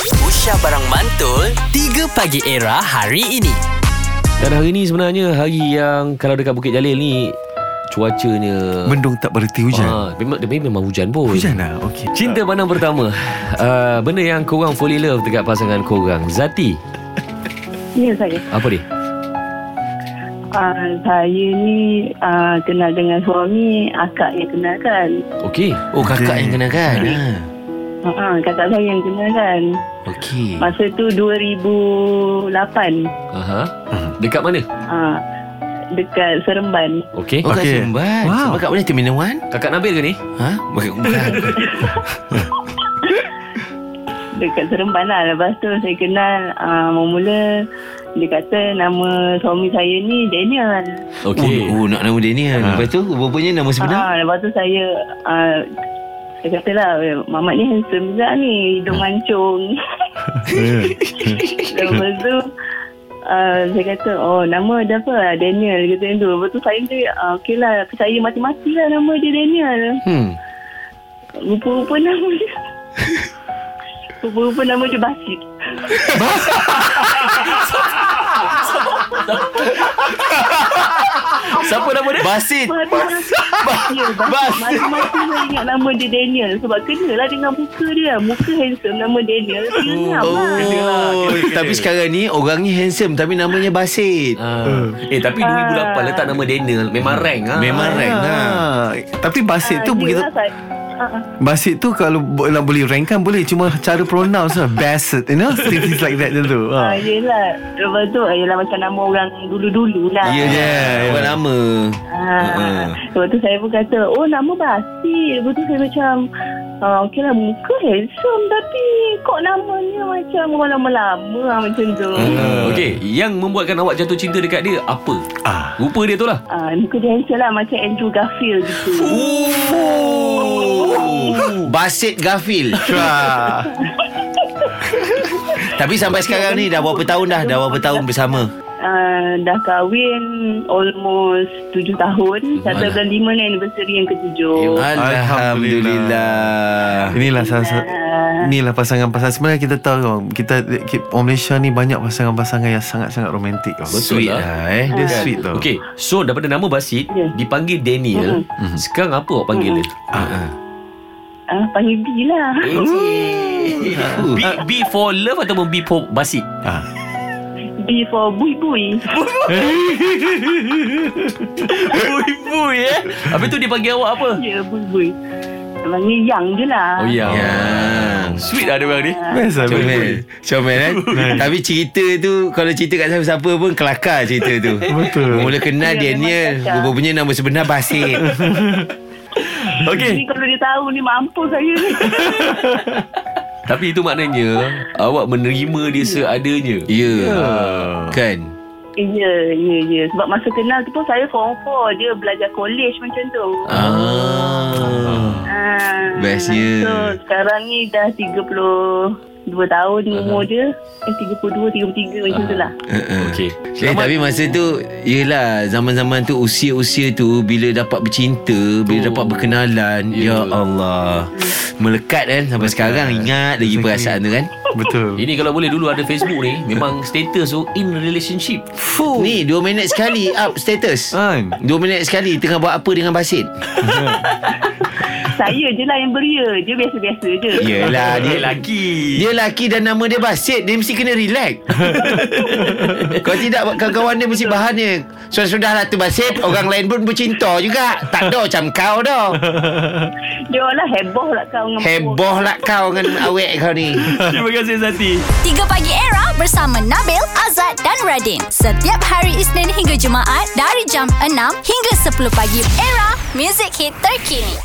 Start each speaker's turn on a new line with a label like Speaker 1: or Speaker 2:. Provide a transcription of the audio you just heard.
Speaker 1: Aisyah Barang Mantul 3 Pagi Era hari ini
Speaker 2: Dan hari ni sebenarnya hari yang kalau dekat Bukit Jalil ni cuacanya
Speaker 3: Mendung tak berhenti hujan.
Speaker 2: Ah, memang tapi memang hujan pun.
Speaker 3: Hujan lah. Okey.
Speaker 2: Cinta pandang pertama. Uh, benda yang korang fully love dekat pasangan korang. Zati,
Speaker 4: Ya saya.
Speaker 2: apa dia?
Speaker 4: Uh, saya ni uh, kenal dengan suami akak yang kenal kan.
Speaker 2: Okey.
Speaker 1: Oh kakak
Speaker 3: Okey.
Speaker 1: yang kena kan ha.
Speaker 4: Uh, kakak saya yang kenal kan.
Speaker 1: Okey
Speaker 4: Masa tu 2008
Speaker 2: Aha. Dekat mana?
Speaker 4: uh, dekat Seremban.
Speaker 2: Okey.
Speaker 1: Oh
Speaker 3: Okey.
Speaker 1: okay. kat Seremban
Speaker 3: Wow.
Speaker 1: Sebab kat mana Terminal 1
Speaker 2: Kakak Nabil ke ni?
Speaker 1: Ha? Bukan bukan.
Speaker 4: Dekat Seremban lah. Lepas tu saya kenal uh, memula dia kata nama suami saya ni Daniel.
Speaker 2: Okey.
Speaker 1: oh, oh, nak nama dia ni kan
Speaker 3: Ha.
Speaker 1: Lepas tu rupanya nama sebenar
Speaker 4: Ah, lepas tu saya uh, saya katalah "Eh, Mamat ni handsome juga ni Hidung mancung
Speaker 2: Eh.
Speaker 4: Lepas tu uh, Saya kata Oh nama dia apa Daniel Dia kata macam tu Lepas tu saya dia uh, Okey lah Saya mati-mati lah Nama dia Daniel
Speaker 1: hmm.
Speaker 4: Rupa-rupa nama dia Rupa-rupa nama dia Basit
Speaker 2: Siapa nama dia?
Speaker 1: Basit
Speaker 4: Mati-mati Ya,
Speaker 1: Bas.
Speaker 4: Basit Mati-mati saya ingat nama dia Daniel Sebab kenalah dengan muka dia Muka handsome Nama Daniel Dia ngam lah
Speaker 1: Oh, tapi sekarang ni orang ni handsome tapi namanya Basit.
Speaker 2: Ah. Eh tapi 2008 letak nama Daniel Memang rank ha?
Speaker 1: Memang
Speaker 3: Ah.
Speaker 1: rank lah.
Speaker 3: Tapi basit tu
Speaker 4: Ah,
Speaker 3: begitu
Speaker 2: lah.
Speaker 4: yelah, saya- Ah, ah.
Speaker 3: basit tu kalau bo- nak boleh rank kan boleh cuma cara pronounce lah basit you know things like that dulu.
Speaker 4: Ah,
Speaker 3: Ha.
Speaker 4: yelah. Lepas tu, ah, yelah macam nama orang dulu-dulu lah.
Speaker 1: Ya, ya, orang lama.
Speaker 4: Ah, lepas tu saya pun kata, oh nama Basir. Lepas tu saya macam, ah, okey lah muka handsome tapi kok namanya macam orang lama-lama lah macam tu.
Speaker 2: Ah, Okey, yang membuatkan awak jatuh cinta dekat dia apa?
Speaker 3: Ah.
Speaker 2: Rupa dia tu lah.
Speaker 4: Ah, muka dia handsome lah macam Andrew Garfield gitu.
Speaker 1: Oh. Basit Gafil.
Speaker 3: Ah.
Speaker 1: Tapi sampai sekarang ni dah berapa tahun dah? Dah berapa tahun bersama?
Speaker 4: Ah, dah kahwin almost 7 tahun. Satu bulan lima ni anniversary yang ketujuh.
Speaker 1: Alhamdulillah.
Speaker 3: Inilah
Speaker 4: Ah,
Speaker 3: salah satu Inilah pasangan-pasangan Sebenarnya kita tahu orang kita, kita Orang Malaysia ni Banyak pasangan-pasangan Yang sangat-sangat romantik
Speaker 2: Betul
Speaker 1: Sweet
Speaker 2: lah.
Speaker 1: lah eh.
Speaker 3: Dia sweet tau
Speaker 2: Okey, so daripada nama Basit
Speaker 4: Ya.
Speaker 2: dipanggil Daniel. Mm-hmm. Sekarang apa awak panggil dia?
Speaker 4: Ah, panggil B lah.
Speaker 2: Hmm?
Speaker 1: Ah,
Speaker 2: B, B for love ataupun B for Basit?
Speaker 3: ah.
Speaker 4: B for bui-bui.
Speaker 2: Ibu ya. Habis tu dia panggil awak apa?
Speaker 4: Ya, bui-bui. Panggil yang je lah.
Speaker 2: Oh ya.
Speaker 1: Yang.
Speaker 2: Sweet lah dia orang ni.
Speaker 3: Best lah betul.
Speaker 1: Comel Comel eh Tapi cerita tu Kalau cerita kat siapa-siapa pun Kelakar cerita tu
Speaker 3: Betul.
Speaker 1: Mula kenal
Speaker 4: Ya,
Speaker 1: Daniel
Speaker 4: memang kelakar.
Speaker 1: Rupanya nama sebenar Basit
Speaker 2: Okey.
Speaker 4: Ni kalau dia tahu ni mampus saya ni.
Speaker 2: Tapi itu maknanya awak menerima dia seadanya.
Speaker 1: Ya Kan
Speaker 4: Eh, Ya, ya, ya. Sebab masa kenal tu pun saya form 4. Dia belajar college macam tu.
Speaker 1: Ah.
Speaker 4: Ah.
Speaker 1: bestnya.
Speaker 4: So, sekarang ni dah 32 tahun umur dia. Eh, 32, 33 macam tu lah.
Speaker 2: Okey.
Speaker 1: Eh, tapi masa tu Yelah Zaman-zaman tu Usia-usia tu Bila dapat bercinta Bila dapat berkenalan Ya Allah Melekat kan Sampai sekarang Ingat lagi perasaan tu kan
Speaker 3: Betul
Speaker 2: Ini kalau boleh dulu ada Facebook ni Memang status tu In relationship
Speaker 1: Fuh. Ni 2 minit sekali Up status
Speaker 3: Kan
Speaker 1: Dua minit sekali Tengah buat apa dengan Basit
Speaker 4: Saya je lah yang beria. Dia biasa-biasa je.
Speaker 1: Yelah Dia
Speaker 2: lelaki
Speaker 1: Dia lelaki dan nama dia Basit Dia mesti kena relax Kalau tidak Kawan-kawan dia mesti bahannya Sudah-sudah lah tu Basit Orang lain pun bercinta juga Tak ada macam kau dah
Speaker 4: Dia orang lah heboh lah kau. dengan aku.
Speaker 1: Heboh lah kau Dengan awek kau ni
Speaker 2: Terima kasih Zati
Speaker 5: 3 Pagi Era bersama Nabil, Azad dan Radin. Setiap hari Isnin hingga Jumaat dari jam 6 hingga 10 pagi. Era, music hit terkini.